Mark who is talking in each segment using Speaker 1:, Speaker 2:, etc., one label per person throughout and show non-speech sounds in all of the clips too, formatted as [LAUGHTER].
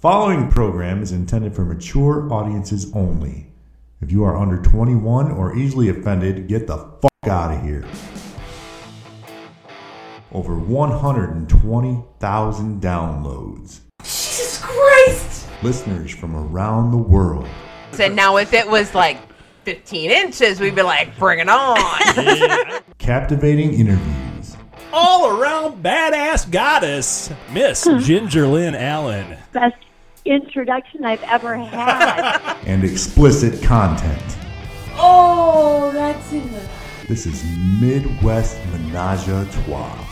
Speaker 1: Following program is intended for mature audiences only. If you are under 21 or easily offended, get the fuck out of here. Over 120,000 downloads.
Speaker 2: Jesus Christ!
Speaker 1: Listeners from around the world.
Speaker 2: And now if it was like 15 inches, we'd be like, bring it on.
Speaker 1: Captivating interviews.
Speaker 3: [LAUGHS] all around badass goddess, Miss Ginger Lynn Allen.
Speaker 4: best introduction I've ever had.
Speaker 1: and explicit content.
Speaker 5: Oh, that's it.
Speaker 1: This is Midwest Menage a Trois.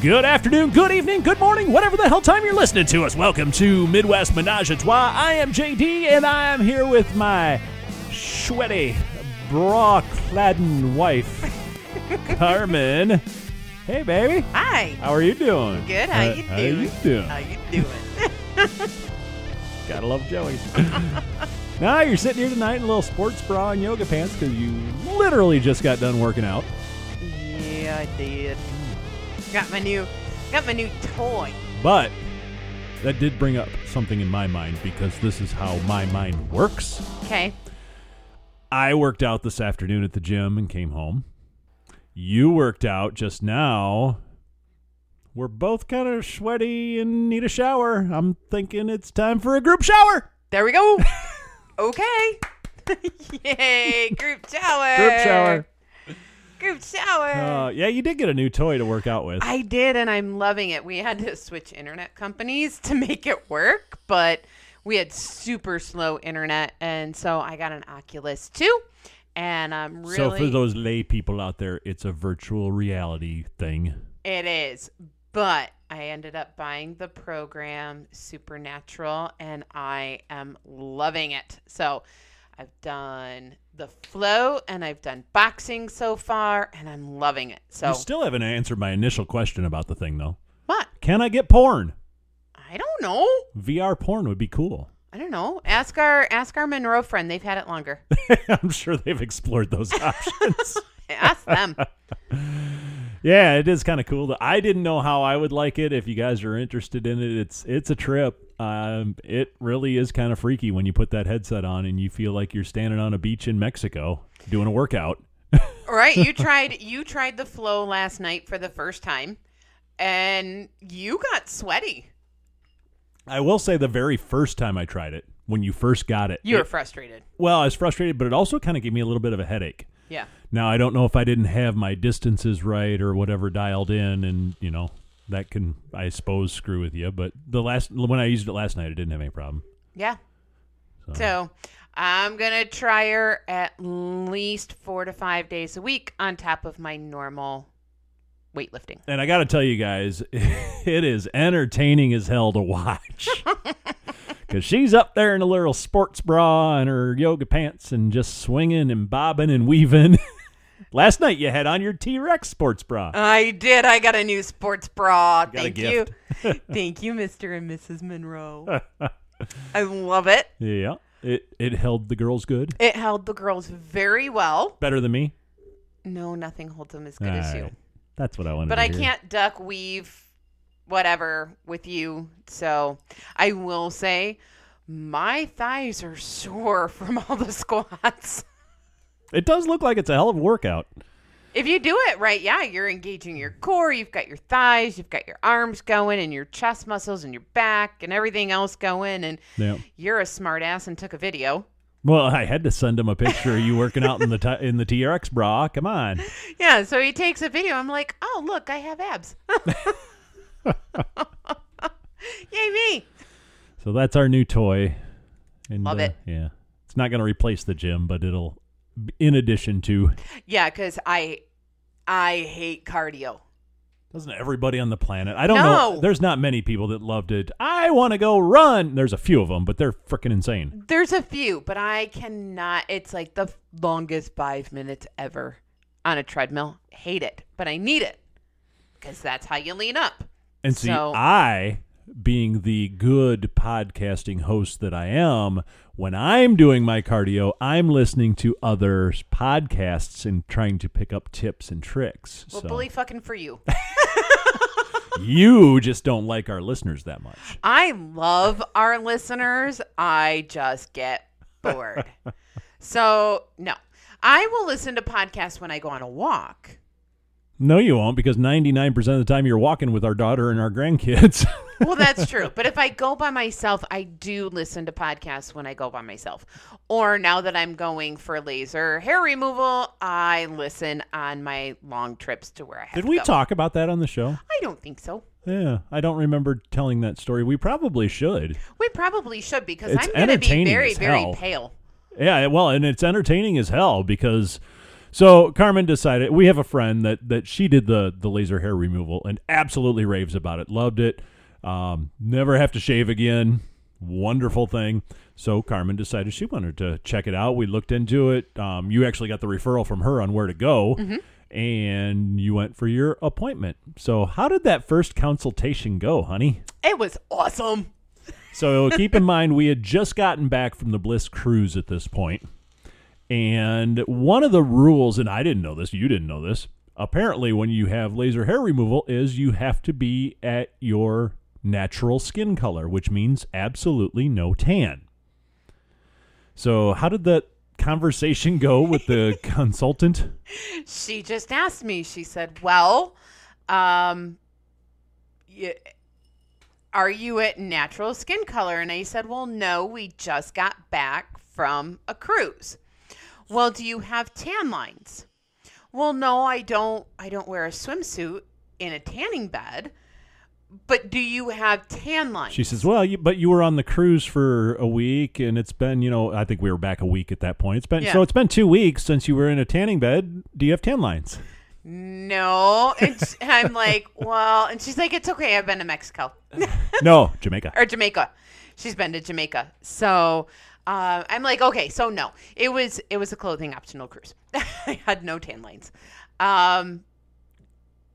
Speaker 3: Good afternoon, good evening, good morning, whatever the hell time you're listening to us. Welcome to Midwest Menage a Trois. I am JD, and I am here with my sweaty, bra claden
Speaker 2: [LAUGHS]
Speaker 3: wife, Carmen. Hey, baby.
Speaker 2: [LAUGHS] Hi.
Speaker 3: How are you doing?
Speaker 2: Good. How you
Speaker 3: How
Speaker 2: doing?
Speaker 3: you doing?
Speaker 2: How you doing? [LAUGHS]
Speaker 3: Gotta love Joey. now you're sitting here tonight in a little sports bra and yoga pants because you literally just got done working out.
Speaker 2: yeah, I did. Got my new, got my new toy.
Speaker 3: But that did bring up something in my mind because this is how my mind works.
Speaker 2: Okay.
Speaker 3: I worked out this afternoon at the gym and came home. You worked out just now. We're both kind of sweaty and need a shower. I'm thinking it's time for a group shower.
Speaker 2: There we [LAUGHS] go. okay. [LAUGHS] Yay! Group shower.
Speaker 3: Group shower.
Speaker 2: Group shower.
Speaker 3: Uh, yeah, you did get a new toy to work out with.
Speaker 2: I did, and I'm loving it. We had to switch internet companies to make it work, but we had super slow internet, and so I got an Oculus too. And I'm really
Speaker 3: So for those lay people out there, it's a virtual reality thing.
Speaker 2: It is. But I ended up buying the program Supernatural and I am loving it. So I've done the flow and I've done boxing so far and I'm loving it. So
Speaker 3: You still haven't answered my initial question about the thing though.
Speaker 2: what?
Speaker 3: Can I get porn?
Speaker 2: I don't know.
Speaker 3: VR porn would be cool.
Speaker 2: I don't know. Ask our ask our Monroe friend. They've had it longer.
Speaker 3: I'm sure they've explored those options.
Speaker 2: ask
Speaker 3: [LAUGHS]
Speaker 2: them.
Speaker 3: yeah, it is kind of cool. I didn't know how I would like it. If you guys are interested in it, it's it's a trip. Um, it really is kind of freaky when you put that headset on and you feel like you're standing on a beach in Mexico doing a workout.
Speaker 2: All right, you tried you tried the flow last night for the first time and you got sweaty.
Speaker 3: I will say the very first time I tried it, when you first got it,
Speaker 2: You were
Speaker 3: it-
Speaker 2: frustrated.
Speaker 3: well, I was frustrated, but it also kind of gave me a little bit of a headache.
Speaker 2: Yeah.
Speaker 3: Now I don't know if I didn't have my distances right or whatever dialed in, and you know that can I suppose screw with you. But the last when I used it last night, I didn't have any problem.
Speaker 2: Yeah.
Speaker 3: So.
Speaker 2: So I'm going to try her at least four to five days a week on top of my normal weightlifting.
Speaker 3: And I got to tell you guys, [LAUGHS] it is entertaining as hell to
Speaker 2: [LAUGHS]
Speaker 3: watch. Because she's up there in a little sports bra and her yoga pants and just swinging and bobbing and weaving. [LAUGHS] Last night you had on your T Rex sports bra.
Speaker 2: [LAUGHS] I did. I got a new sports bra.
Speaker 3: got a
Speaker 2: Thank you. [LAUGHS] Thank you, Mr. and Mrs. Monroe.
Speaker 3: [LAUGHS]
Speaker 2: I love it.
Speaker 3: yeah. It, it held the girls good.
Speaker 2: It held the girls very well.
Speaker 3: Better than me.
Speaker 2: No, nothing holds them as good as
Speaker 3: All
Speaker 2: you.
Speaker 3: right. That's what I wanted
Speaker 2: But
Speaker 3: to
Speaker 2: I
Speaker 3: hear.
Speaker 2: can't duck weave whatever with you. So I will say my thighs are sore from all the [LAUGHS] squats.
Speaker 3: It does look like it's a hell of a workout.
Speaker 2: If you do it right, yeah, you're engaging your core, you've got your thighs, you've got your arms going and your chest muscles and your back and everything else going and
Speaker 3: Yeah.
Speaker 2: you're a smartass and took a video.
Speaker 3: Well, I had to send him a picture of you working out in the t- in the TRX bra. Come on.
Speaker 2: Yeah, so he takes a video. I'm like, "Oh, look, I have abs." [LAUGHS] Yay me.
Speaker 3: So that's our new toy. And, uh,
Speaker 2: Love it.
Speaker 3: Yeah. It's not going to replace the gym, but it'll in addition to
Speaker 2: Yeah, cuz I I hate cardio.
Speaker 3: doesn't everybody on the planet. I don't
Speaker 2: No.
Speaker 3: know. There's not many people that loved it. I want to go run. There's a few of them, but they're freaking insane.
Speaker 2: There's a few, but I cannot. It's like the longest five minutes ever on a treadmill. Hate it, but I need it because that's how you lean up.
Speaker 3: And see,
Speaker 2: So-
Speaker 3: I, being the good podcasting host that I am, when I'm doing my cardio, I'm listening to other podcasts and trying to pick up tips and tricks.
Speaker 2: Well, [LAUGHS]
Speaker 3: so.
Speaker 2: bully fucking for you.
Speaker 3: [LAUGHS] You just don't like our listeners that much.
Speaker 2: I love our listeners. I just get bored. so, no, I will listen to podcasts when I go on a walk.
Speaker 3: No, you won't, because 99% of the time you're walking with our daughter and our grandkids. [LAUGHS]
Speaker 2: Well, that's true. but if I go by myself, I do listen to podcasts when I go by myself. Or now that I'm going for laser hair removal, I listen on my long trips to where I have
Speaker 3: Did
Speaker 2: to
Speaker 3: we
Speaker 2: go.
Speaker 3: talk about that on the show?
Speaker 2: I don't think so.
Speaker 3: Yeah, I don't remember telling that story. We probably should.
Speaker 2: We probably should because
Speaker 3: It's
Speaker 2: I'm going to be
Speaker 3: entertaining
Speaker 2: very,
Speaker 3: as
Speaker 2: very
Speaker 3: hell.
Speaker 2: pale.
Speaker 3: Yeah, well, and it's entertaining as hell because so Carmen decided we have a friend that that she did the the laser hair removal and absolutely raves about it. Loved it. Um, never have to shave again. Wonderful thing. So Carmen decided she wanted to check it out. We looked into it. Um, you actually got the referral from her on where to go. And you went for your appointment. So, how did that first consultation go, honey?
Speaker 2: It was awesome.
Speaker 3: So keep in mind, we had just gotten back from the Bliss cruise at this point, and one of the rules, and I didn't know this, you didn't know this. Apparently, when you have laser hair removal, is you have to be at your natural skin color, which means absolutely no tan. So, how did that conversation go with the [LAUGHS] consultant?
Speaker 2: she just asked me she said well um y are you at natural skin color and i said well no we just got back from a cruise well do you have tan lines well no i don't i don't wear a swimsuit in a tanning bed but do you have tan lines
Speaker 3: She says, "Well, you, but you were on the cruise for a week, and it's been, you know, I think we were back a week at that point. It's been
Speaker 2: Yeah.
Speaker 3: so it's been two weeks since you were in a tanning bed. Do you have tan lines? [LAUGHS]
Speaker 2: no and sh- i'm like well and she's like it's okay i've been to mexico
Speaker 3: no, Jamaica.
Speaker 2: [LAUGHS] or Jamaica. She's been to Jamaica. So uh, I'm like, okay, so no, it was it was a clothing optional cruise. [LAUGHS] I had no tan lines. Um,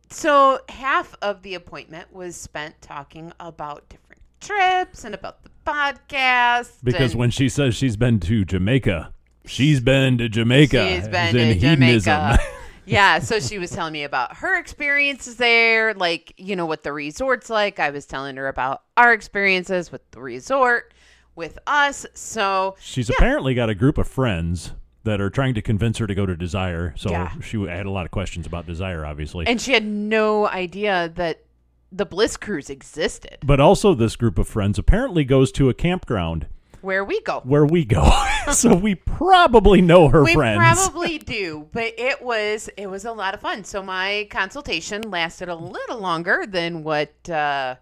Speaker 2: so half of the appointment was spent talking about different trips and about the podcast.
Speaker 3: Because
Speaker 2: and
Speaker 3: when she says she's been to Jamaica, she's been to Jamaica.
Speaker 2: she's
Speaker 3: as
Speaker 2: been to
Speaker 3: in [LAUGHS]
Speaker 2: Jamaica. yeah, so she was telling me about her experiences there, like you know what the resort's like. I was telling her about our experiences with the resort, with us. So
Speaker 3: She's apparently got a group of friends that are trying to convince her to go to Desire. So
Speaker 2: Yeah.
Speaker 3: she had a lot of questions about Desire, obviously.
Speaker 2: And she had no idea that the Bliss Cruise existed.
Speaker 3: but also, this group of friends apparently goes to a campground
Speaker 2: Where we go.
Speaker 3: where we go. [LAUGHS] so we probably know her
Speaker 2: We
Speaker 3: friends.
Speaker 2: probably do, but it was it was a lot of fun. So my consultation lasted a little longer than what uh,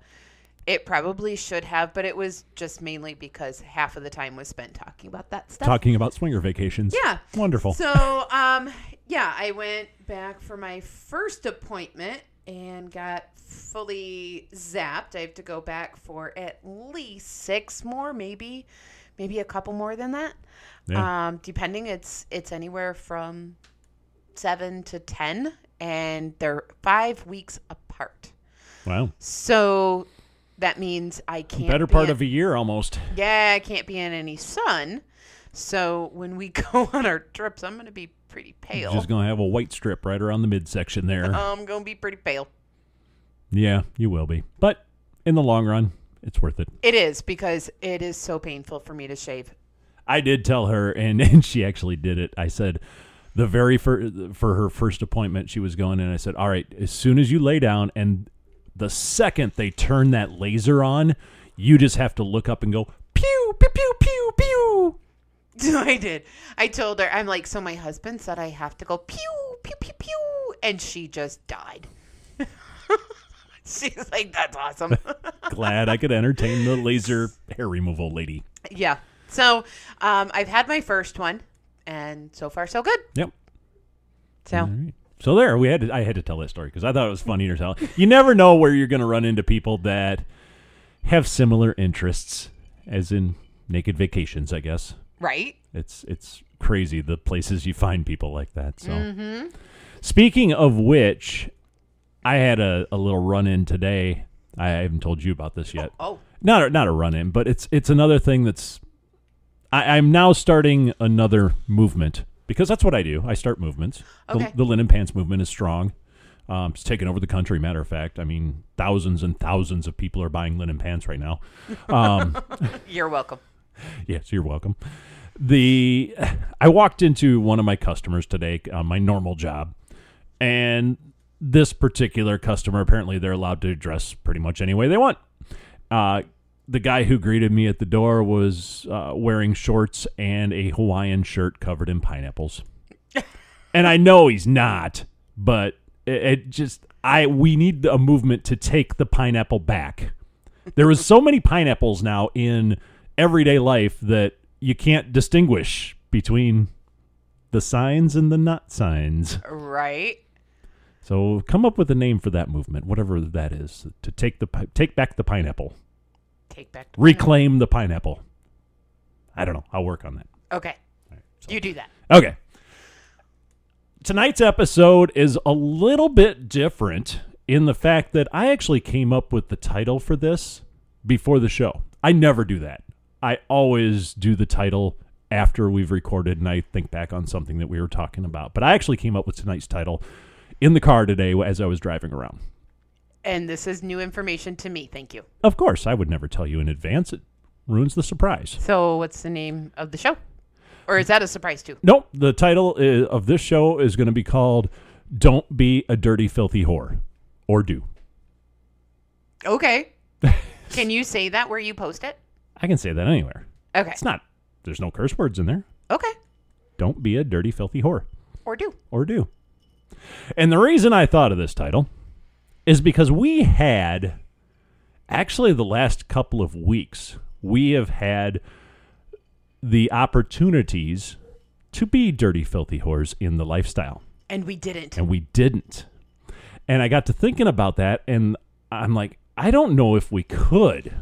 Speaker 2: it probably should have, but it was just mainly because half of the time was spent talking about that stuff.
Speaker 3: talking about swinger vacations.
Speaker 2: Yeah.
Speaker 3: Wonderful.
Speaker 2: So, um, yeah, I went back for my first appointment and got fully zapped. I have to go back for at least six more, maybe, maybe a couple more than that.
Speaker 3: Yeah.
Speaker 2: Um, depending, it's it's anywhere from seven to ten, and they're five weeks apart.
Speaker 3: wow.
Speaker 2: So that means I can't.
Speaker 3: Better
Speaker 2: be
Speaker 3: part
Speaker 2: in-
Speaker 3: of a year almost.
Speaker 2: yeah, I can't be in any sun. So when we [LAUGHS] go on our trips, I'm going to be pretty pale.
Speaker 3: Just going to have a white strip right around the midsection there. [LAUGHS]
Speaker 2: I'm going to be pretty pale.
Speaker 3: yeah, you will be. But in the long run, it's worth it.
Speaker 2: It is because it is so painful for me to shave. [LAUGHS]
Speaker 3: I did tell her, and, [LAUGHS] and she actually did it. I said, the very first for her first appointment, she was going, and I said, "All right, as soon as you lay down, and the second they turn that laser on, you just have to look up and go pew pew pew pew
Speaker 2: [LAUGHS]
Speaker 3: pew."
Speaker 2: So I did. I told her, I'm like, so my husband said I have to go pew, pew, pew, pew. And she just died. [LAUGHS] She's like, that's awesome.
Speaker 3: Glad I could entertain the laser hair removal lady.
Speaker 2: yeah. So um, I've had my first one, and so far, so good.
Speaker 3: Yep.
Speaker 2: So.
Speaker 3: So there, we had to, I had to tell that story because I thought it was funny to tell. You never know where you're going to run into people that have similar interests, as in naked vacations. I guess
Speaker 2: Right?
Speaker 3: it's it's crazy the places you find people like that. So, speaking of which, I had a, a little run in today. I haven't told you about this yet
Speaker 2: Oh,
Speaker 3: not a, not a run in, but it's it's another thing that's. I, I'm now starting another movement because that's what I do. I start movements.
Speaker 2: Okay.
Speaker 3: The, the linen pants movement is strong. Um, it's taken over the country. Matter of fact, I mean, thousands and thousands of people are buying linen pants right now.
Speaker 2: You're welcome.
Speaker 3: [LAUGHS] Yes, you're welcome. The I walked into one of my customers today on my normal job, and this particular customer apparently they're allowed to dress pretty much any way they want. Uh, the guy who greeted me at the door was uh, wearing shorts and a Hawaiian shirt covered in pineapples, and I know he's not, but it, it just I we need a movement to take the pineapple back there is so many pineapples now in everyday life that you can't distinguish between the signs and the not signs.
Speaker 2: Right?
Speaker 3: So come up with a name for that movement, whatever that is, to take the pi- take back the pineapple,
Speaker 2: Take back. the
Speaker 3: reclaim the pineapple. I don't know. I'll work on that.
Speaker 2: Okay. You do that.
Speaker 3: Okay. Tonight's episode is a little bit different in the fact that I actually came up with the title for this before the show. I never do that. I always do the title after we've recorded and I think back on something that we were talking about. But I actually came up with tonight's title in the car today as I was driving around.
Speaker 2: And this is new information to me. Thank you.
Speaker 3: Of course, I would never tell you in advance. It ruins the surprise.
Speaker 2: So, what's the name of the show? Or is that a surprise too?
Speaker 3: Nope. The title i of this show is going to be called "Don't Be a Dirty Filthy Whore," or do. [LAUGHS]
Speaker 2: Okay. Can you say that where you post it?
Speaker 3: I can say that anywhere.
Speaker 2: Okay.
Speaker 3: It's not. There's no curse words in there.
Speaker 2: Okay.
Speaker 3: Don't be a dirty filthy whore,
Speaker 2: Or do.
Speaker 3: or do. And the reason I thought of this title is because we had, actually, the last couple of weeks, we have had the opportunities to be dirty filthy whores in the lifestyle.
Speaker 2: And we didn't.
Speaker 3: and we didn't. And I got to thinking about that, and I'm like, I don't know if we could.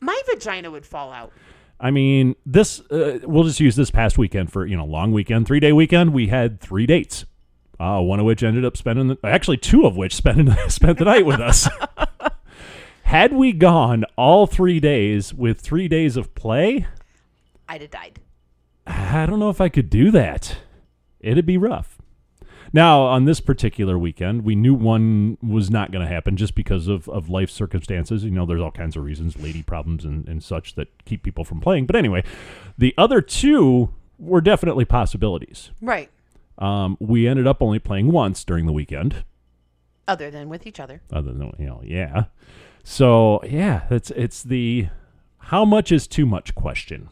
Speaker 2: My vagina would fall out.
Speaker 3: I mean, this uh, we'll just use this past weekend for you know long weekend, three day weekend. We had three dates, uh, one of which ended up spending the, actually two of which [LAUGHS] spending spent the night with us. [LAUGHS] Had we gone all three days with three days of play,
Speaker 2: I'd have died.
Speaker 3: I don't know if I could do that. It'd be rough. Now, on this particular weekend, we knew one was not going to happen just because of, of life circumstances. You know, there's all kinds of reasons, lady problems and, and such that keep people from playing. But anyway, the other two were definitely possibilities.
Speaker 2: Right.
Speaker 3: Um, we ended up only playing once during the weekend,
Speaker 2: Other than with each other.
Speaker 3: other than, you know, yeah. So, yeah, it's, it's the how much is too much question.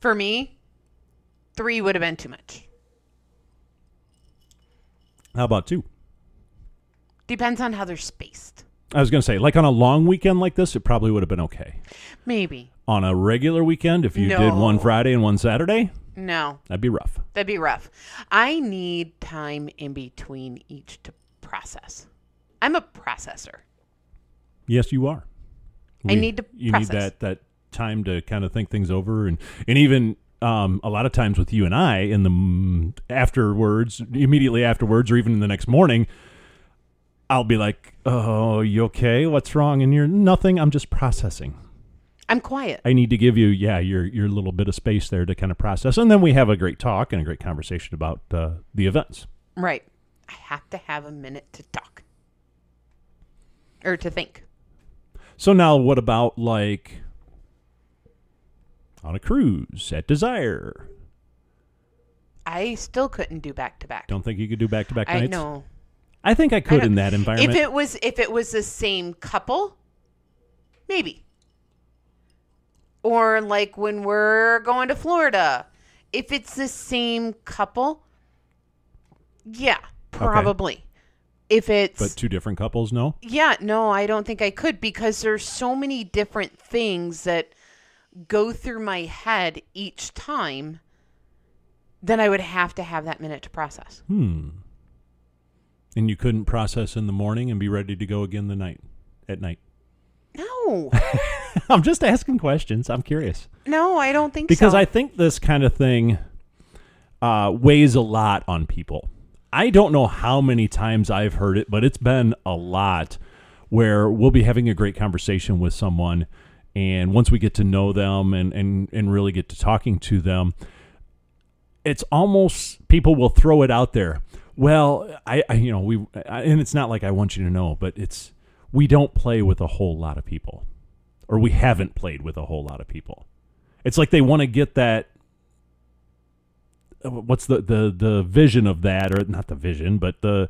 Speaker 2: For me, three would have been too much.
Speaker 3: How about two?
Speaker 2: Depends on how they're spaced.
Speaker 3: I was going to say, like on a long weekend like this, it probably would have been okay.
Speaker 2: Maybe.
Speaker 3: On a regular weekend, if you
Speaker 2: No.
Speaker 3: did one Friday and one Saturday,
Speaker 2: No,
Speaker 3: that'd be rough.
Speaker 2: that'd be rough. I need time in between each to process. I'm a processor.
Speaker 3: Yes, you are.
Speaker 2: I need to
Speaker 3: You
Speaker 2: process.
Speaker 3: need that that time to kind of think things over, and and even um, a lot of times with you and I in the m- afterwards, immediately afterwards, or even in the next morning, I'll be like, "Oh, you okay? What's wrong?" And you're nothing. I'm just processing.
Speaker 2: I'm quiet.
Speaker 3: I need to give you, yeah, your your little bit of space there to kind of process, and then we have a great talk and a great conversation about uh, the events.
Speaker 2: Right. I have to have a minute to talk or to think.
Speaker 3: So now, what about like on a cruise at Desire?
Speaker 2: I still couldn't do back to back.
Speaker 3: Don't think you could do back to back
Speaker 2: I
Speaker 3: nights.
Speaker 2: know.
Speaker 3: I think I
Speaker 2: I
Speaker 3: could
Speaker 2: don't-
Speaker 3: in that environment.
Speaker 2: If it was if it was the same couple, maybe. Or like when we're going to Florida, if it's the same couple, yeah, probably. If it's
Speaker 3: but two different couples, no.
Speaker 2: yeah, no, I don't think I could because there's so many different things that go through my head each time. Then I would have to have that minute to process.
Speaker 3: Hmm. And you couldn't process in the morning and be ready to go again the night at night. [LAUGHS]
Speaker 2: No,
Speaker 3: I'm just asking questions. I'm curious.
Speaker 2: [LAUGHS] no, I don't think
Speaker 3: because
Speaker 2: so.
Speaker 3: I think this kind of thing uh, weighs a lot on people. I don't know how many times I've heard it, but it's been a lot where we'll be having a great conversation with someone. And once we get to know them and, and, and really get to talking to them, it's almost people will throw it out there. Well, I, I you know we I, and it's not like I want you to know, but it's we don't play with a whole lot of people, or we haven't played with a whole lot of people. It's like they want to get that. uh, What's the the the vision of that, or not the vision, but the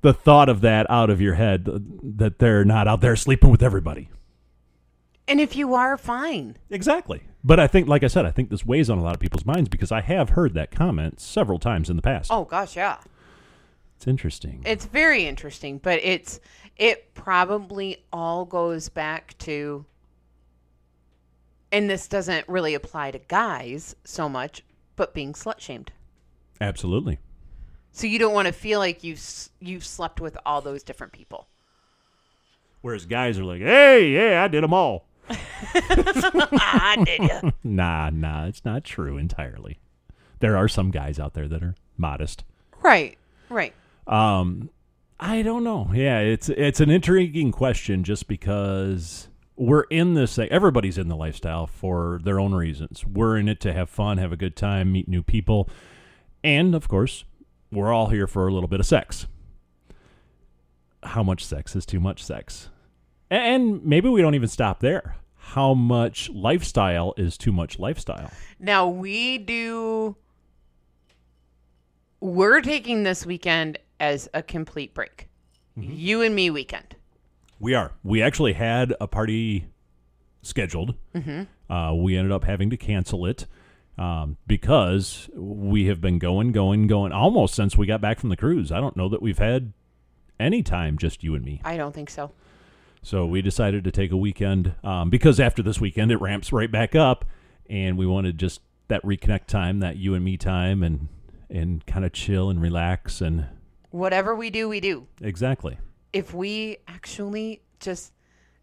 Speaker 3: the thought of that out of your head th- that they're not out there sleeping with everybody.
Speaker 2: And if you are, fine.
Speaker 3: Exactly. But I think, like I said, I think this weighs on a lot of people's minds because I have heard that comment several times in the past.
Speaker 2: Oh gosh, yeah.
Speaker 3: It's interesting.
Speaker 2: It's very interesting, but it's it probably all goes back to and this doesn't really apply to guys so much, but being slut shamed.
Speaker 3: Absolutely.
Speaker 2: So you don't want to feel like you have you've slept with all those different [LAUGHS] people.
Speaker 3: Whereas guys are like, hey, yeah, I did them all.
Speaker 2: I Ah, did ya.
Speaker 3: Nah, nah, it's not true entirely. There are some guys out there that are modest.
Speaker 2: Right. Right.
Speaker 3: Um, I don't know. Yeah, it's it's an intriguing question just because we're in this thing. Everybody's in the lifestyle for their own reasons. We're in it to have fun, have a good time, meet new people, and of course, we're all here for a little bit of sex. How much sex is too much sex? A- And maybe we don't even stop there. How much lifestyle is too much lifestyle?
Speaker 2: Now we do. We're taking this weekend as a complete break. You and me weekend.
Speaker 3: We are. We actually had a party scheduled. Uh, we ended up having to cancel it um, because we have been going, going, going almost since we got back from the cruise. I don't know that we've had any time just you and me.
Speaker 2: I don't think so.
Speaker 3: So we decided to take a weekend um, because after this weekend it ramps right back up, and we wanted just that reconnect time, that you and me time, and and kind of chill and relax and
Speaker 2: Whatever we do, we do.
Speaker 3: exactly.
Speaker 2: If we actually just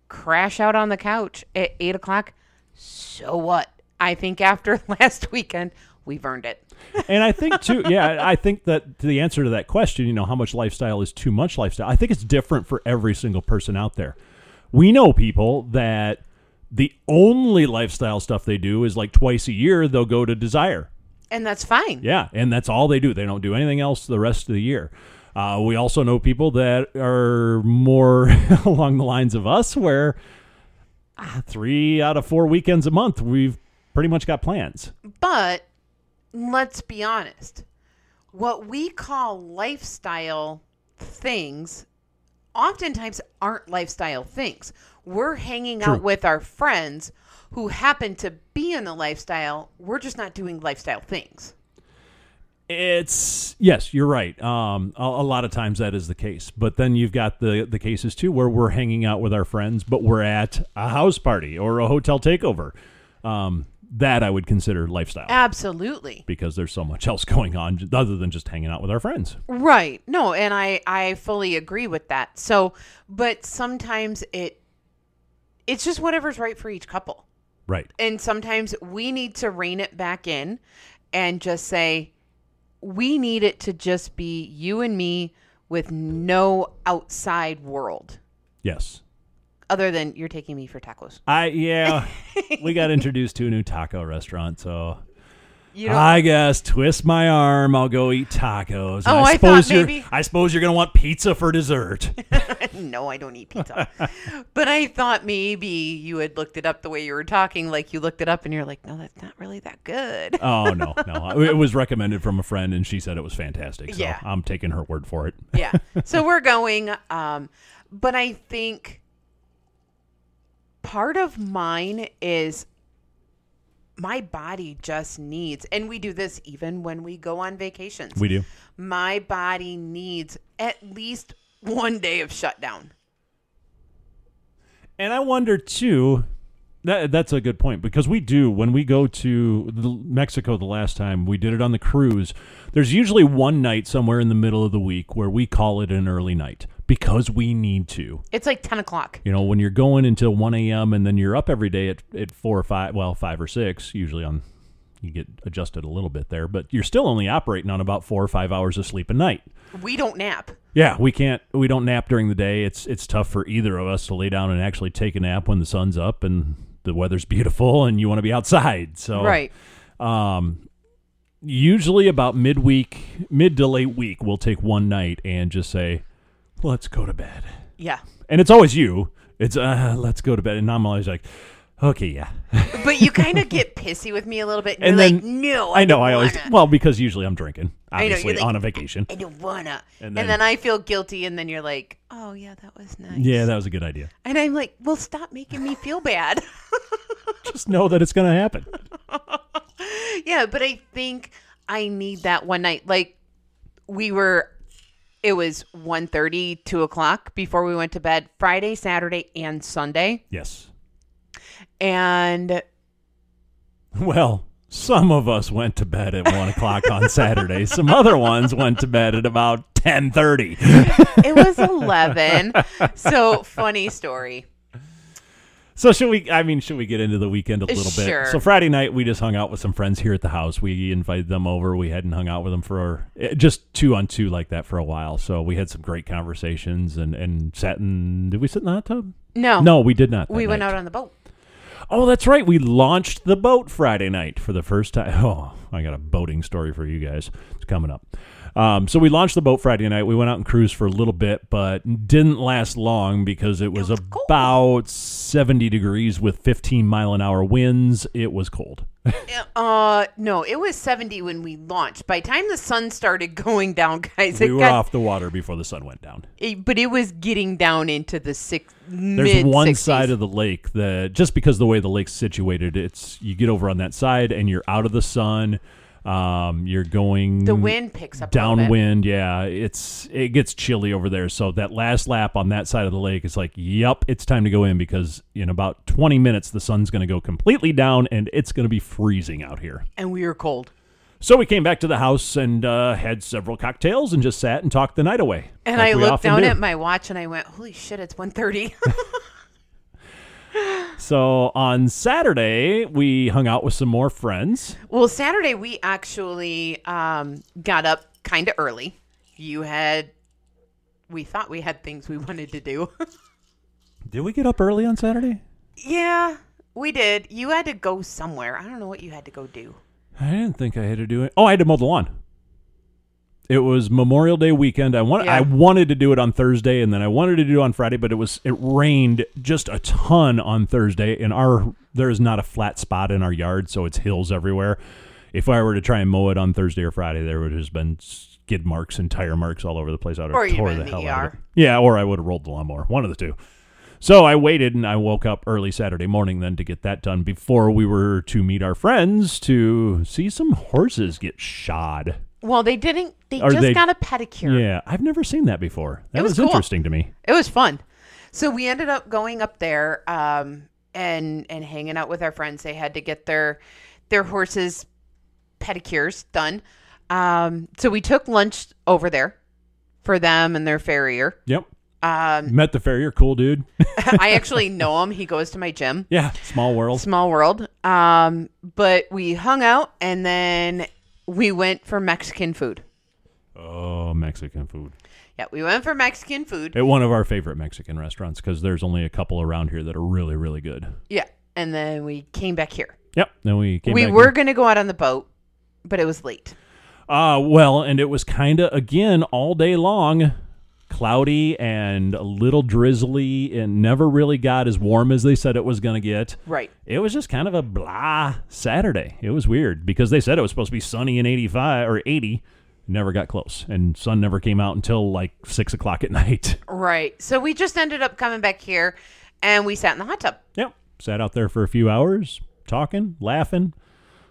Speaker 2: crash out on the couch at eight o'clock, so what? I think after [LAUGHS] last weekend, we've earned it.
Speaker 3: and I think too, yeah, I think that the answer to that question, you know, how much lifestyle is too much lifestyle? I think it's different for every single person out there. We know people that the only lifestyle stuff they do is like twice a year they'll go to Desire.
Speaker 2: And that's fine.
Speaker 3: Yeah, and that's all they do. They don't do anything else the rest of the year. Uh, we also know people that are more [LAUGHS] along the lines of us, where ah, three out of four weekends a month we've pretty much got plans.
Speaker 2: But let's be honest. What we call lifestyle things oftentimes aren't lifestyle things. We're hanging out
Speaker 3: True.
Speaker 2: with our friends who happen to be in the lifestyle. We're just not doing lifestyle things.
Speaker 3: It's yes, you're right. Um, a, a lot of times that is the case, but then you've got the the cases too where we're hanging out with our friends, but we're at a house party or a hotel takeover. Um, that I would consider lifestyle
Speaker 2: Absolutely.
Speaker 3: because there's so much else [LAUGHS] going on j- other than just hanging out with our friends.
Speaker 2: Right. No, and I I fully agree with that. So, but sometimes it it's just whatever's right for each couple.
Speaker 3: Right.
Speaker 2: and sometimes we need to rein it back in and just say we need it to just be you and me with no outside world
Speaker 3: Yes.
Speaker 2: other than you're taking me for tacos.
Speaker 3: I yeah.
Speaker 2: [LAUGHS]
Speaker 3: we got introduced to a new taco restaurant, so
Speaker 2: You don't,
Speaker 3: I guess twist my arm. I'll go eat tacos.
Speaker 2: Oh, I thought
Speaker 3: you're-
Speaker 2: maybe-
Speaker 3: I suppose you're gonna want pizza for dessert.
Speaker 2: [LAUGHS] no, I don't eat pizza. but I thought maybe you had looked it up the way you were talking, like you looked it up and you're like, no, that's not really that good.
Speaker 3: Oh no, no! It was recommended from a friend, and she said it was fantastic. So
Speaker 2: Yeah.
Speaker 3: I'm taking her word for it.
Speaker 2: yeah. So we're going. Um, but I think part of mine is my body just needs, and we do this even when we go on vacations.
Speaker 3: We do.
Speaker 2: My body needs at least one day of shutdown.
Speaker 3: And I wonder too. That that's a good point because we do when we go to the, Mexico the last time we did it on the cruise. There's usually one night somewhere in the middle of the week where we call it an early night because we need to.
Speaker 2: It's like 10 o'clock.
Speaker 3: You know, when you're going until 1 a.m. and then you're up every day at, at 4 or 5, well, 5 or 6, usually on, you get adjusted a little bit there, but you're still only operating on about four or five hours of sleep a night.
Speaker 2: We don't nap.
Speaker 3: Yeah, we can't. We don't nap during the day. It's it's tough for either of us to lay down and actually take a nap when the sun's up [LAUGHS] Oh. and the weather's beautiful and you want to be outside. So
Speaker 2: Right.
Speaker 3: um, usually about midweek, mid to late week, we'll take one night and just say, "Let's go to bed."
Speaker 2: Yeah.
Speaker 3: And it's always you. It's uh, "Let's go to bed," and I'm always like, "Okay, yeah."
Speaker 2: But you kind of get pissy with me a little bit. And,
Speaker 3: And
Speaker 2: you're like,
Speaker 3: then-
Speaker 2: no, I,
Speaker 3: I know.
Speaker 2: don't
Speaker 3: I always
Speaker 2: wanna.
Speaker 3: well because usually I'm drinking,
Speaker 2: know, you're
Speaker 3: obviously
Speaker 2: like,
Speaker 3: on
Speaker 2: [LAUGHS]
Speaker 3: a vacation.
Speaker 2: I don't wanna.
Speaker 3: And
Speaker 2: And
Speaker 3: then-
Speaker 2: then, I feel guilty, and then you're like, oh yeah, that was nice.
Speaker 3: Yeah, that was a good idea.
Speaker 2: And I'm like, well, stop making me feel bad. [LAUGHS]
Speaker 3: Just know that it's going to happen.
Speaker 2: yeah, but I think I need that one night. Like we were, it was 1.30, 2 o'clock before we went to bed. Friday, Saturday, and Sunday,
Speaker 3: Yes.
Speaker 2: and
Speaker 3: Well, some of us went to bed at one o'clock on Saturday. Some other ones went to bed at about ten thirty.
Speaker 2: it [LAUGHS] was 11. so funny story.
Speaker 3: So should we? I mean, should we get into the weekend a little
Speaker 2: Sure.
Speaker 3: bit? So Friday night we just hung out with some friends here at the house. We invited them over. We hadn't hung out with them for eh, just two on two like that for a while. So we had some great conversations and and sat in. Did we sit in the hot tub?
Speaker 2: No,
Speaker 3: No, we did not. that
Speaker 2: we went
Speaker 3: night.
Speaker 2: out on the boat.
Speaker 3: Oh, that's right. We launched the boat Friday night for the first time. [LAUGHS] Oh, I got a boating story for you guys. It's coming up. Um, so we launched the boat Friday night. We went out and cruised for a little bit, but didn't last long because it was,
Speaker 2: was cold.
Speaker 3: about 70 degrees with 15 mile an hour winds. It was cold. [LAUGHS]
Speaker 2: Uh, no, it was 70 when we launched. By the time the sun started going down, guys,
Speaker 3: We
Speaker 2: it
Speaker 3: were
Speaker 2: got,
Speaker 3: off the water before the sun went down.
Speaker 2: it- but it was getting down into the six.
Speaker 3: There's one side of the lake that just because the way the lake's situated, it's you get over on that side and you're out of the sun. Um, you're going
Speaker 2: the wind picks up a little bit.
Speaker 3: downwind yeah it's it gets chilly over there so that last lap on that side of the lake is like yep it's time to go in because in about 20 minutes the sun's going to go completely down and it's going to be freezing out here
Speaker 2: and we were cold.
Speaker 3: so we came back to the house and uh, had several cocktails and just sat and talked the night away
Speaker 2: And
Speaker 3: like
Speaker 2: I
Speaker 3: we
Speaker 2: looked
Speaker 3: often
Speaker 2: down
Speaker 3: do.
Speaker 2: at my watch and I went, "Holy shit, it's 1.30.
Speaker 3: so on saturday we hung out with some more friends
Speaker 2: [LAUGHS] well, Saturday we actually um, got up kind of early. You had, we thought we had things we [LAUGHS] wanted to do.
Speaker 3: did we get up early on saturday
Speaker 2: yeah, we did. You had to go somewhere. I don't know what you had to go do.
Speaker 3: I didn't think I had to do it. Oh, I had to mow the lawn. It was Memorial Day weekend. I want
Speaker 2: Yeah.
Speaker 3: I wanted to do it on Thursday and then I wanted to do it on Friday, but it was it rained just a ton on Thursday and our there is not a flat spot in our yard, so it's hills everywhere. If I were to try and mow it on Thursday or Friday, there would have just been skid marks and tire marks all over the place. I would
Speaker 2: Or
Speaker 3: have
Speaker 2: you'd
Speaker 3: tore
Speaker 2: been
Speaker 3: the
Speaker 2: in
Speaker 3: hell
Speaker 2: the
Speaker 3: out of
Speaker 2: ER.
Speaker 3: it. Yeah, or I would have rolled the lawnmower. One of the two. So I waited and I woke up early Saturday morning then to get that done before we were to meet our friends to see some horses get shod.
Speaker 2: Well, they didn't. They
Speaker 3: Or
Speaker 2: just
Speaker 3: they-
Speaker 2: got a pedicure.
Speaker 3: Yeah, I've never seen that before. That
Speaker 2: It was
Speaker 3: was,
Speaker 2: cool.
Speaker 3: interesting to me.
Speaker 2: It was fun. So we ended up going up there um, and and hanging out with our friends. They had to get their their horses pedicures done. Um, so we took lunch over there for them and their farrier.
Speaker 3: Yep.
Speaker 2: Um,
Speaker 3: Met the farrier, cool dude. [LAUGHS]
Speaker 2: I actually know him. He goes to my gym.
Speaker 3: yeah, small
Speaker 2: [LAUGHS]
Speaker 3: world.
Speaker 2: Small world. Um, but we hung out and then we went for Mexican food.
Speaker 3: Oh, Mexican food.
Speaker 2: Yeah, we went for Mexican food.
Speaker 3: At one of our favorite Mexican restaurants because there's only a couple around here that are really, really good.
Speaker 2: Yeah. And then we came back here.
Speaker 3: Yep. Then we came
Speaker 2: we
Speaker 3: back
Speaker 2: were going to go out on the boat, but it was late.
Speaker 3: Uh, well, and it was kind of, again, all day long, cloudy and a little drizzly and never really got as warm as they said it was going to get.
Speaker 2: Right.
Speaker 3: It was just kind of a blah Saturday. It was weird because they said it was supposed to be sunny and 85 or 80. Never got close. And sun never came out until like 6 o'clock at [LAUGHS] night.
Speaker 2: Right. So we just ended up coming back here and we sat in the hot tub.
Speaker 3: Yep. Sat out there for a few hours, talking, laughing,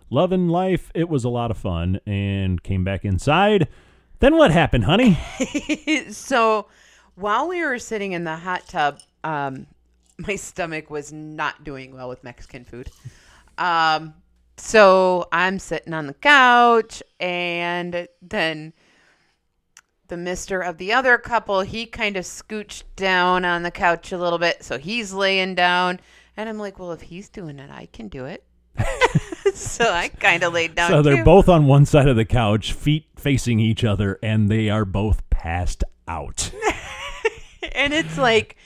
Speaker 3: loving life. It was a lot of fun and came back inside. Then what happened, honey?
Speaker 2: So while we were sitting in the hot tub, um, [LAUGHS] my stomach was not doing well with Mexican food. Um, so I'm sitting on the couch and then the mister of the other couple, he kind of scooched down on the couch a little bit. So he's laying down. And I'm like, well, if he's doing it, I can do it. [LAUGHS] so I kind of laid down.
Speaker 3: So they're
Speaker 2: too.
Speaker 3: both on one side of the couch, feet facing each other, and they are both passed out.
Speaker 2: And it's like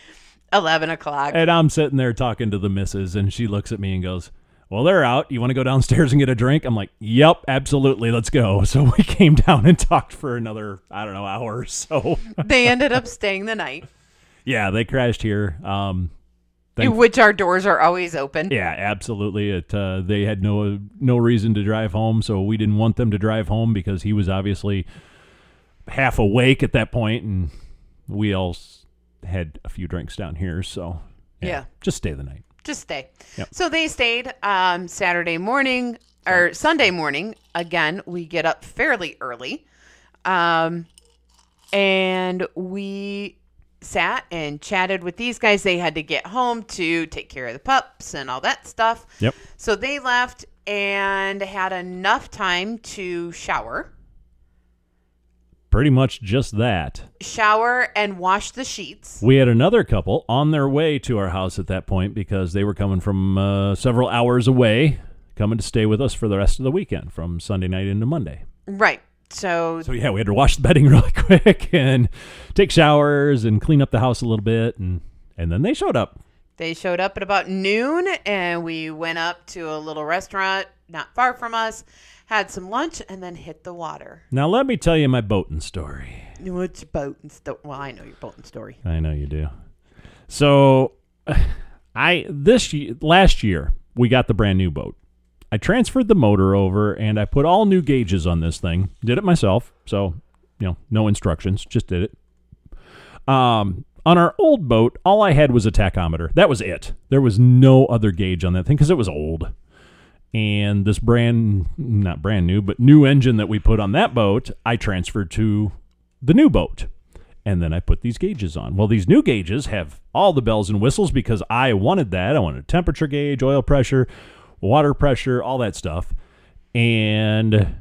Speaker 2: 11 o'clock.
Speaker 3: and I'm sitting there talking to the missus, and she looks at me and goes, well, they're out. You want to go downstairs and get a drink? I'm like, yep, absolutely. Let's go. [LAUGHS] So we came down and talked for another, I don't know, hour or so. [LAUGHS]
Speaker 2: They ended up staying the night,
Speaker 3: yeah, they crashed here. Um, Thank-
Speaker 2: which our doors are always open.
Speaker 3: yeah, absolutely. It uh, they had no no reason to drive home, so we didn't want them to drive home because he was obviously half awake at that point, and we all s- had a few drinks down here. So
Speaker 2: Yeah.
Speaker 3: just stay the night.
Speaker 2: Just stay.
Speaker 3: Yep.
Speaker 2: So they stayed um, Saturday morning or Sunday morning. Again, we get up fairly early. Um, and we sat and chatted with these guys. They had to get home to take care of the pups and all that stuff.
Speaker 3: Yep.
Speaker 2: So they left and had enough time to shower,
Speaker 3: Pretty much just that.
Speaker 2: shower and wash the sheets.
Speaker 3: We had another couple on their way to our house at that point because they were coming from uh, several hours away, coming to stay with us for the rest of the weekend from Sunday night into Monday.
Speaker 2: Right. So,
Speaker 3: So yeah, we had to wash the bedding [LAUGHS] really quick and take showers and clean up the house a little bit and and then they showed up.
Speaker 2: They showed up at about noon and we went up to a little restaurant not far from us, had some lunch, and then hit the water.
Speaker 3: Now let me tell you my boating story.
Speaker 2: What's your boat and sto- Well, I know your boat and story.
Speaker 3: I know you do. So [SIGHS] I this ye- last year we got the brand new boat. I transferred the motor over and I put all new gauges on this thing. Did it myself. So, you know, no instructions, just did it. Um on our old boat, all I had was a tachometer. That was it. There was no other gauge on that thing cuz it was old. And this brand not brand new, but new engine that we put on that boat, I transferred to the new boat and then I put these gauges on. Well, these new gauges have all the bells and whistles because I wanted that. I wanted a temperature gauge, oil pressure, water pressure, all that stuff. And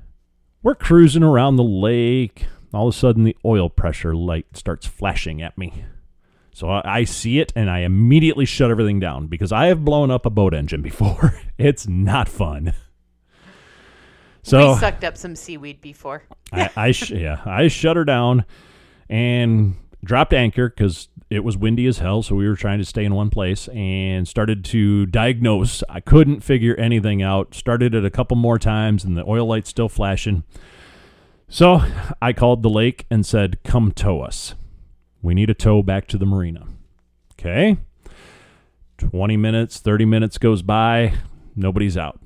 Speaker 3: we're cruising around the lake. All of a sudden, the oil pressure light starts flashing at me. So I, I see it and I immediately shut everything down because I have blown up a boat engine before. [LAUGHS] it's not fun. So
Speaker 2: we sucked up some seaweed before.
Speaker 3: I, I sh- [LAUGHS] yeah, I shut her down and dropped anchor because it was windy as hell. So we were trying to stay in one place and started to diagnose. I couldn't figure anything out. Started it a couple more times and the oil light's still flashing. So I called the lake and said, "Come tow us. We need a tow back to the marina." Okay. 20 minutes, 30 minutes goes by. Nobody's out.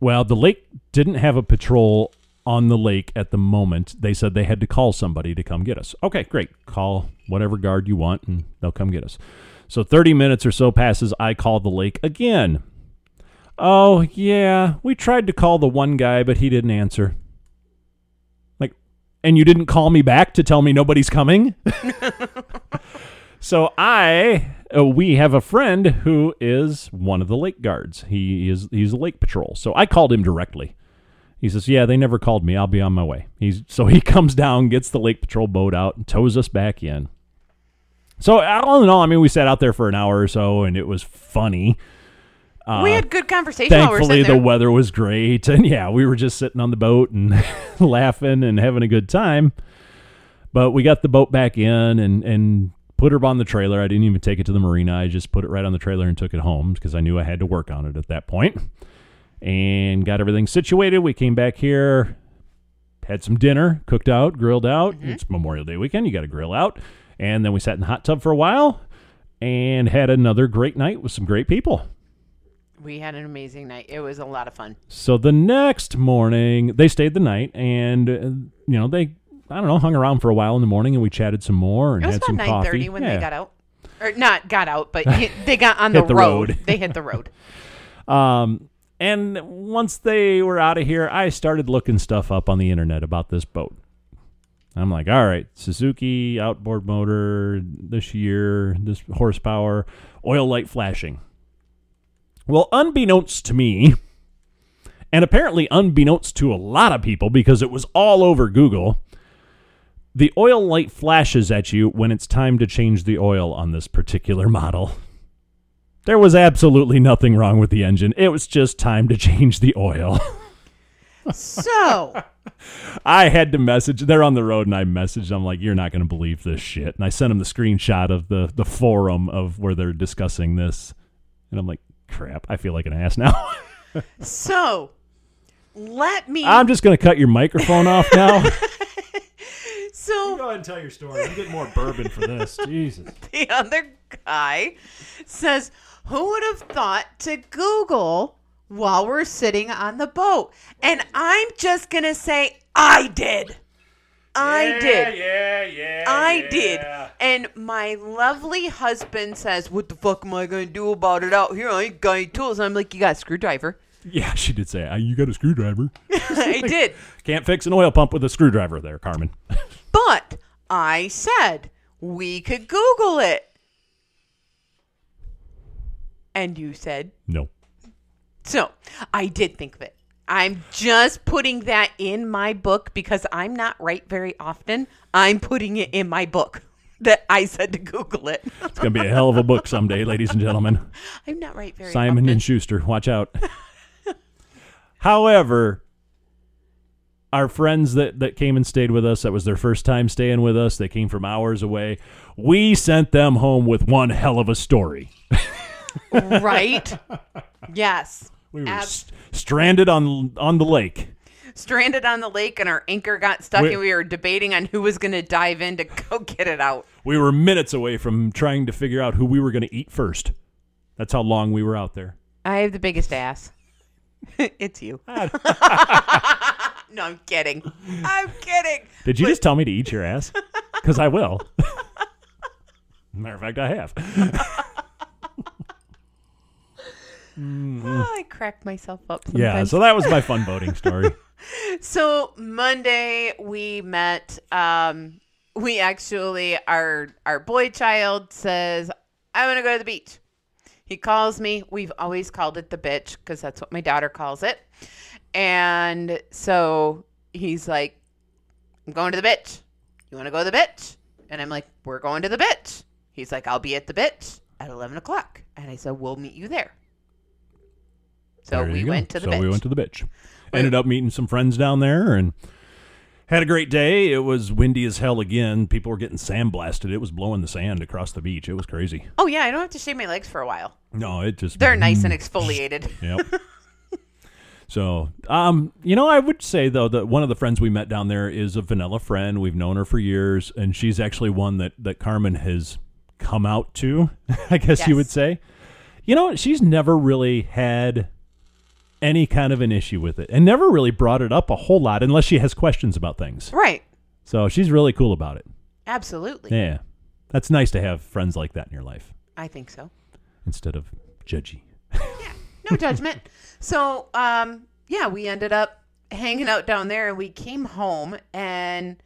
Speaker 3: Well, the lake didn't have a patrol on the lake at the moment. They said they had to call somebody to come get us. Okay, great. Call whatever guard you want and they'll come get us. So 30 minutes or so passes. I call the lake again. Oh, yeah. We tried to call the one guy, but he didn't answer. Like, and you didn't call me back to tell me nobody's coming? So I, uh, we have a friend who is one of the lake guards. He is he's a lake patrol. So I called him directly. He says, "Yeah, they never called me. I'll be on my way." He's so he [LAUGHS] comes down, gets the lake patrol boat out, and tows us back in. So all in all, I mean, we sat out there for an hour or so, and it was funny.
Speaker 2: we had good conversation while we were
Speaker 3: Uh, Thankfully,
Speaker 2: sitting
Speaker 3: the
Speaker 2: there.
Speaker 3: weather was great, [LAUGHS] and yeah, we were just sitting on the boat and [LAUGHS] laughing and having a good time. But we got the boat back in and and put her on the trailer. I didn't even take it to the marina. I just put it right on the trailer and took it home because I knew I had to work on it at that point. And got everything situated. We came back here, had some dinner, cooked out, grilled out.
Speaker 2: Mm-hmm.
Speaker 3: It's Memorial Day weekend. You got to grill out. And then we sat in the hot tub for a while and had another great night with some great people.
Speaker 2: we had an amazing night. It was a lot of fun.
Speaker 3: So the next morning, they stayed the night, and uh, you know they, I don't know, hung around for a while in the morning, and we chatted some more and
Speaker 2: It was
Speaker 3: had some
Speaker 2: about nine
Speaker 3: coffee.
Speaker 2: thirty when
Speaker 3: Yeah.
Speaker 2: they got out, or not got out,
Speaker 3: [LAUGHS]
Speaker 2: but y- they got on the,
Speaker 3: Hit the
Speaker 2: road.
Speaker 3: road.
Speaker 2: they hit the
Speaker 3: [LAUGHS]
Speaker 2: road.
Speaker 3: Um, and once they were out of here, I started looking stuff up on the internet about this boat. I'm like, all right, Suzuki outboard motor this year, this horsepower, oil light flashing. Well, unbeknownst to me, and apparently unbeknownst to a lot of people because it was all over Google, the oil light flashes at you when it's time to change the oil on this particular [LAUGHS] model. There was absolutely nothing wrong with the engine. It was just time to [LAUGHS] change the oil. [LAUGHS]
Speaker 2: So
Speaker 3: I had to message. They're on the road, and I messaged. them like, "You're not going to believe this shit." And I sent them the screenshot of the the forum of where they're discussing this. And I'm like, "Crap! I feel like an ass now." [LAUGHS]
Speaker 2: So let me.
Speaker 3: I'm just going to cut your microphone [LAUGHS] off now.
Speaker 2: so
Speaker 3: Go ahead and tell your story. I'm getting more bourbon for [LAUGHS] this. Jesus.
Speaker 2: the [LAUGHS] other guy says, Who would have thought to Google while we're sitting on the boat? And I'm just going to say, I did. I did.
Speaker 3: Yeah, yeah.
Speaker 2: I did. And my lovely husband says, What the fuck am I going to do about it out here? I ain't got any tools. And I'm like, You got a screwdriver. [LAUGHS]
Speaker 3: Yeah, she did say, "Uh, you got a screwdriver.
Speaker 2: I
Speaker 3: [LAUGHS]
Speaker 2: did.
Speaker 3: Can't fix an oil pump with a screwdriver there, Carmen. [LAUGHS]
Speaker 2: But I said, We could Google it. And you said,
Speaker 3: no.
Speaker 2: So I did think of it. I'm just putting that in my book because I'm not right very often. I'm putting it in my book [LAUGHS] that I said to Google it. [LAUGHS]
Speaker 3: It's going to be a hell of a book someday, ladies and gentlemen.
Speaker 2: I'm not right very
Speaker 3: Simon
Speaker 2: often.
Speaker 3: and Schuster, watch out. However, our friends that, that came and stayed with us, that was their first time staying with us, they came from hours away. We sent them home with one hell of a story. [LAUGHS]
Speaker 2: right? Yes.
Speaker 3: We were
Speaker 2: Ab-
Speaker 3: st- stranded on on the lake.
Speaker 2: Stranded on the lake and our anchor got stuck,
Speaker 3: Wait.
Speaker 2: and we were debating on who was going to dive in to [LAUGHS] go get it out.
Speaker 3: We were minutes away from trying to figure out who we were going to eat first. That's how long we were out there.
Speaker 2: I have the biggest ass. [LAUGHS] it's you. [LAUGHS] no, I'm
Speaker 3: [LAUGHS]
Speaker 2: kidding. I'm kidding.
Speaker 3: Did you just tell me to eat your ass? Because I will. [LAUGHS] Matter of fact, I have.
Speaker 2: Oh, I crack myself up sometimes.
Speaker 3: Mm. Yeah, so that was my fun
Speaker 2: [LAUGHS]
Speaker 3: boating story.
Speaker 2: So Monday we met. Um, we actually our our boy child says, "I want to go to the beach." He calls me. We've always called it the bitch because that's what my daughter calls it. And so he's like, "I'm going to the bitch. You want to go to the bitch?" And I'm like, "We're going to the bitch." He's like, "I'll be at the bitch at eleven o'clock." And I said, "We'll meet you there." So
Speaker 3: There you
Speaker 2: we
Speaker 3: go.
Speaker 2: went to the
Speaker 3: so
Speaker 2: bitch.
Speaker 3: we went to the bitch. Ended up meeting some friends down there and had a great day. It was windy as hell again. People were getting sandblasted. It was blowing the sand across the beach. It was crazy.
Speaker 2: oh yeah, I don't have to shave my legs for a while.
Speaker 3: No, it just
Speaker 2: They're nice and exfoliated.
Speaker 3: Yep. [LAUGHS] so, um, you know, I would say though that one of the friends we met down there is a vanilla friend. We've known her for years, and she's actually one that that Carmen has come out to. [LAUGHS] I guess
Speaker 2: Yes.
Speaker 3: you would say. You know, she's never really had any kind of an issue with it, and never really brought it up a whole lot, unless she has questions about things.
Speaker 2: Right.
Speaker 3: So she's really cool about it.
Speaker 2: Absolutely.
Speaker 3: Yeah, that's nice to have friends like that in your life
Speaker 2: I think so.
Speaker 3: instead of judgy.
Speaker 2: No judgment. so, um, yeah, we ended up hanging out down there and we came home and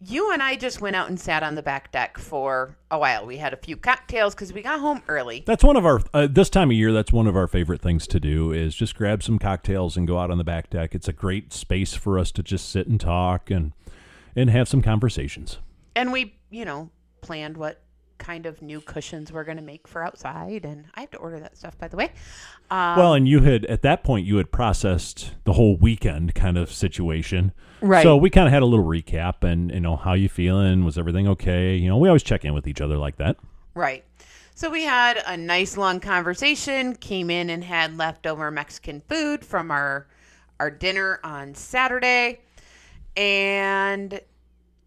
Speaker 2: you and I just went out and sat on the back deck for a while. We had a few cocktails because we got home early.
Speaker 3: That's one of our uh, this time of year. That's one of our favorite things to do is just grab some cocktails and go out on the back deck. It's a great space for us to just sit and talk and and have some conversations.
Speaker 2: And we, you know, planned what kind of new cushions we're going to make for outside. And I have to order that stuff, by the way. Um,
Speaker 3: well, and you had at that point you had processed the whole weekend kind of situation,
Speaker 2: Right.
Speaker 3: So we kind of had a little recap and you know how you feeling? Was everything okay? You know, we always check in with each other like that.
Speaker 2: Right. So we had a nice long conversation, came in and had leftover Mexican food from our our dinner on Saturday, and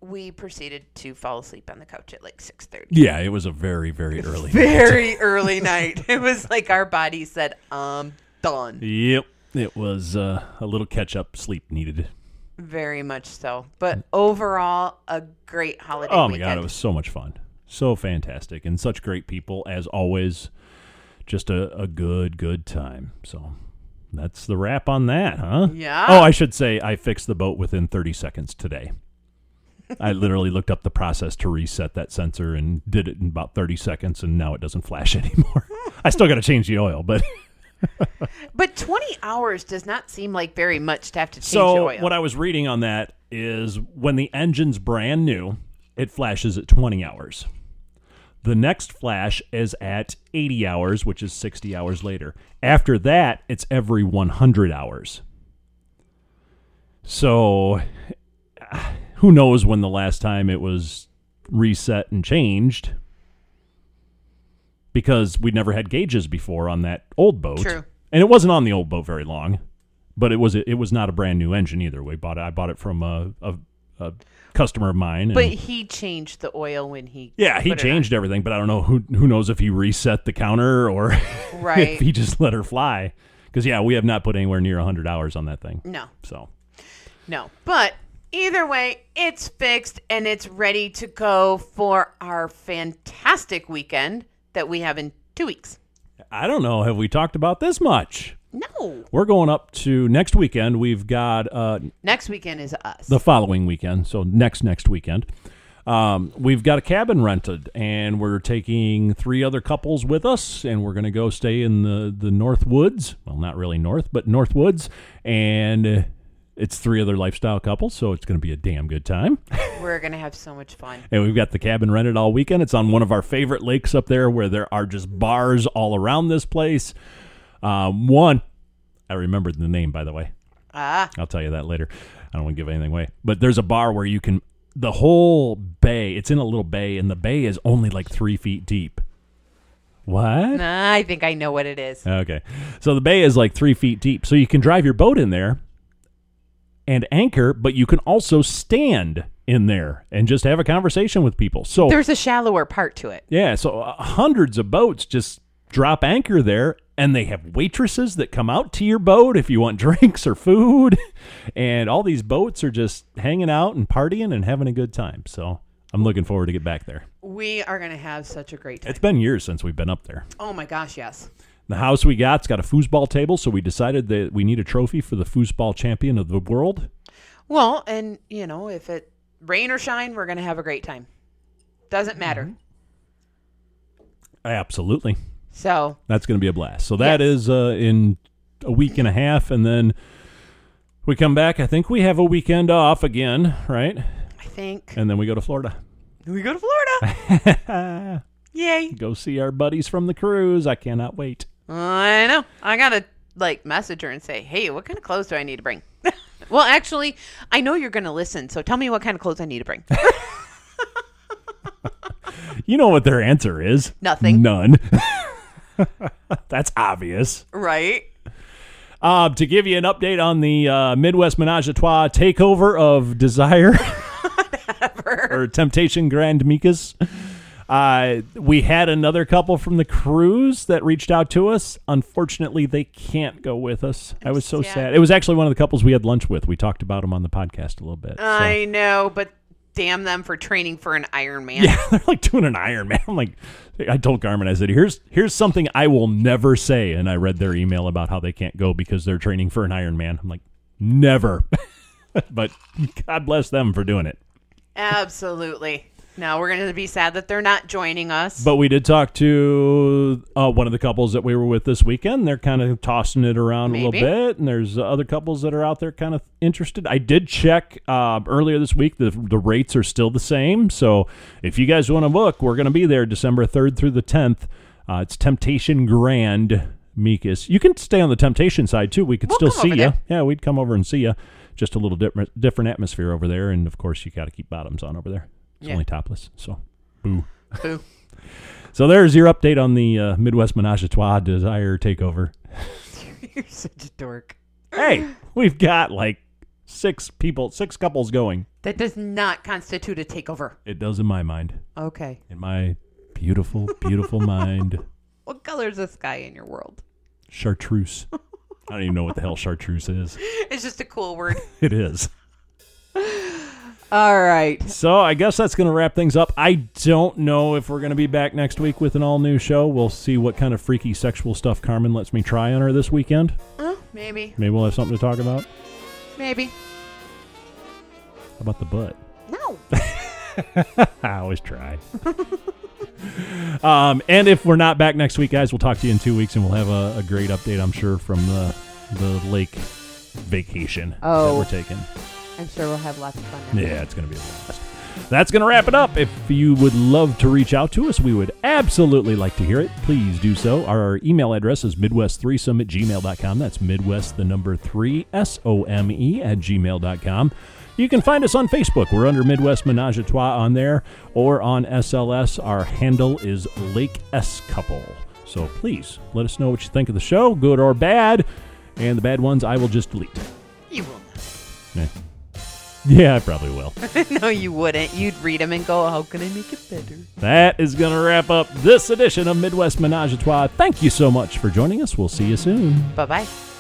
Speaker 2: we proceeded to fall asleep on the couch at like 6:30.
Speaker 3: Yeah, it was a very very
Speaker 2: [LAUGHS]
Speaker 3: early.
Speaker 2: Very
Speaker 3: [LAUGHS]
Speaker 2: early night. It was like our body said, "Um, done."
Speaker 3: yep, it was uh, a little catch up sleep needed.
Speaker 2: Very much so. But overall, a great holiday
Speaker 3: Oh my
Speaker 2: weekend.
Speaker 3: god, it was so much fun. So fantastic and such great people as always. Just a, a good, good time. So that's the wrap on that, huh?
Speaker 2: Yeah.
Speaker 3: Oh, I should say I fixed the boat within 30 seconds today. I literally looked up the process to reset that sensor and did it in about 30 seconds, and now it doesn't flash [LAUGHS] anymore. I still got to change the oil, but.
Speaker 2: But 20 hours does not seem like very much to have to change the
Speaker 3: So
Speaker 2: oil.
Speaker 3: what I was reading on that is when the engine's brand new, it flashes at 20 hours. The next flash is at 80 hours, which is 60 hours later. After that, it's every 100 hours. So [SIGHS] who knows when the last time it was reset and changed because we never had gauges before on that old boat.
Speaker 2: True.
Speaker 3: and it wasn't on the old boat very long, but it was it was not a brand new engine either. We bought it. I bought it from a, a, a customer of mine. And,
Speaker 2: But he changed the oil when he
Speaker 3: yeah, he
Speaker 2: put it
Speaker 3: changed everything, but I don't know who who knows if he reset the counter or [LAUGHS]
Speaker 2: on.
Speaker 3: if
Speaker 2: right.
Speaker 3: he just let her fly. Because yeah, we have not put anywhere near hundred hours on that thing.
Speaker 2: no,
Speaker 3: So
Speaker 2: no. But either way, it's fixed and it's ready to go for our fantastic weekend that we have in two weeks.
Speaker 3: I don't know. Have we talked about this much?
Speaker 2: No,
Speaker 3: We're going up to next weekend. We've got uh,
Speaker 2: next weekend is us.
Speaker 3: the following weekend, so next next weekend. Um, we've got a cabin rented, and we're taking three other couples with us, and we're going to go stay in the the North Woods. Well, not really North, but North Woods, and uh, it's three other lifestyle couples, so it's going to be a damn good time.
Speaker 2: We're gonna have so much fun.
Speaker 3: And we've got the cabin rented all weekend. It's on one of our favorite lakes up there where there are just bars all around this place. Um, one, I remembered the name, by the way.
Speaker 2: Ah,
Speaker 3: I'll tell you that later. I don't want to give anything away. But there's a bar where you can, the whole bay, it's in a little bay, and the bay is only like three feet deep. What?
Speaker 2: nah, I think I know what it is.
Speaker 3: Okay. So the bay is like three feet deep. So you can drive your boat in there and anchor, but you can also stand in there and just have a conversation with people. So
Speaker 2: There's a shallower part to it.
Speaker 3: yeah, so uh, hundreds of boats just drop anchor there, and they have waitresses that come out to your boat if you want [LAUGHS] drinks or food, and all these boats are just hanging out and partying and having a good time. So I'm looking forward to get back there.
Speaker 2: We are gonna have such a great time.
Speaker 3: It's been years since we've been up there.
Speaker 2: Oh my gosh, yes.
Speaker 3: The house we got's got a foosball table, so we decided that we need a trophy for the foosball champion of the world.
Speaker 2: Well, and you know, if it rain or shine, we're gonna have a great time. Doesn't matter.
Speaker 3: Absolutely.
Speaker 2: So
Speaker 3: That's going to be a blast. So that is uh, in a week and a half, and then we come back. I think we have a weekend off again, right?
Speaker 2: I think
Speaker 3: And then we go to Florida.
Speaker 2: we go to Florida. [LAUGHS] Yay!
Speaker 3: Go see our buddies from the cruise. I cannot wait.
Speaker 2: I know. I gotta like message her and say, "Hey, what kind of clothes do I need to bring?" [LAUGHS] well, actually, I know you're gonna listen, so tell me what kind of clothes I need to bring.
Speaker 3: You know what their answer is?
Speaker 2: Nothing.
Speaker 3: None. [LAUGHS] That's obvious.
Speaker 2: right?
Speaker 3: Uh, to give you an update on the uh, Midwest Menage a Trois takeover of Desire [LAUGHS] or Temptation Grand Micas, uh, we had another couple from the cruise that reached out to us. Unfortunately, they can't go with us. I was so
Speaker 2: Yeah.
Speaker 3: sad. It was actually one of the couples we had lunch with. We talked about them on the podcast a little bit. so-
Speaker 2: I know, but damn them for training for an Iron Man.
Speaker 3: yeah, [LAUGHS] they're like doing an Iron Man. [LAUGHS] I'm like, I told Carmen, I said, here's here's something I will never say, and I read their email about how they can't go because they're training for an Iron Man. I'm like, never. [LAUGHS] but God bless them for doing it.
Speaker 2: Absolutely. Now we're gonna be sad that they're not joining us.
Speaker 3: But we did talk to uh, one of the couples that we were with this weekend. They're kind of tossing it around a
Speaker 2: Maybe.
Speaker 3: little bit, and there's other couples that are out there kind of interested. I did check uh, earlier this week; the the rates are still the same. So if you guys want to book, we're going to be there December third through the tenth. Uh, it's Temptation Grand Micas. You can stay on the Temptation side too. We could
Speaker 2: We'll
Speaker 3: still
Speaker 2: come over
Speaker 3: see you.
Speaker 2: there.
Speaker 3: Yeah, we'd come over and see you. Just a little different different atmosphere over there, and of course you got to keep bottoms on over there. It's
Speaker 2: Yeah.
Speaker 3: only topless, so boo.
Speaker 2: Boo.
Speaker 3: So there's your update on the uh, Midwest Menage a Trois Desire takeover.
Speaker 2: [LAUGHS] You're such a dork.
Speaker 3: Hey, [LAUGHS] we've got like six people, six couples going.
Speaker 2: That does not constitute a takeover.
Speaker 3: It does in my mind,
Speaker 2: Okay.
Speaker 3: in my beautiful, beautiful mind.
Speaker 2: What color is the sky in your world? [LAUGHS]
Speaker 3: Chartreuse. I don't even know what the hell chartreuse is.
Speaker 2: It's just a cool word.
Speaker 3: It is.
Speaker 2: All right.
Speaker 3: So I guess that's going to wrap things up. I don't know if we're going to be back next week with an all new show. We'll see what kind of freaky sexual stuff Carmen lets me try on her this weekend.
Speaker 2: Oh, maybe.
Speaker 3: Maybe we'll have something to talk about. How
Speaker 2: Maybe.
Speaker 3: about the butt?
Speaker 2: No.
Speaker 3: I always try. um, and if we're not back next week, guys, we'll talk to you in two weeks, and we'll have a, a great update, I'm sure, from the the lake vacation that
Speaker 2: Oh.
Speaker 3: we're taking.
Speaker 2: I'm sure we'll have lots of fun.
Speaker 3: Yeah, it's gonna be a blast. That's gonna wrap it up. If you would love to reach out to us, we would absolutely like to hear it. Please do so. Our email address is midwest3some at gmail.com. That's midwest the number three S O M E at gmail.com. You can find us on Facebook. We're under Midwest Menage a Trois on there, or on SLS. Our handle is Lake S Couple. So please let us know what you think of the show, good or bad. And the bad ones I will just delete.
Speaker 2: You will not.
Speaker 3: Yeah, yeah I probably will.
Speaker 2: [LAUGHS] no, you wouldn't. You'd read them and go, how can I make it better?
Speaker 3: That is going to wrap up this edition of Midwest Menage a Trois. Thank you so much for joining us. We'll see you soon.
Speaker 2: Bye bye.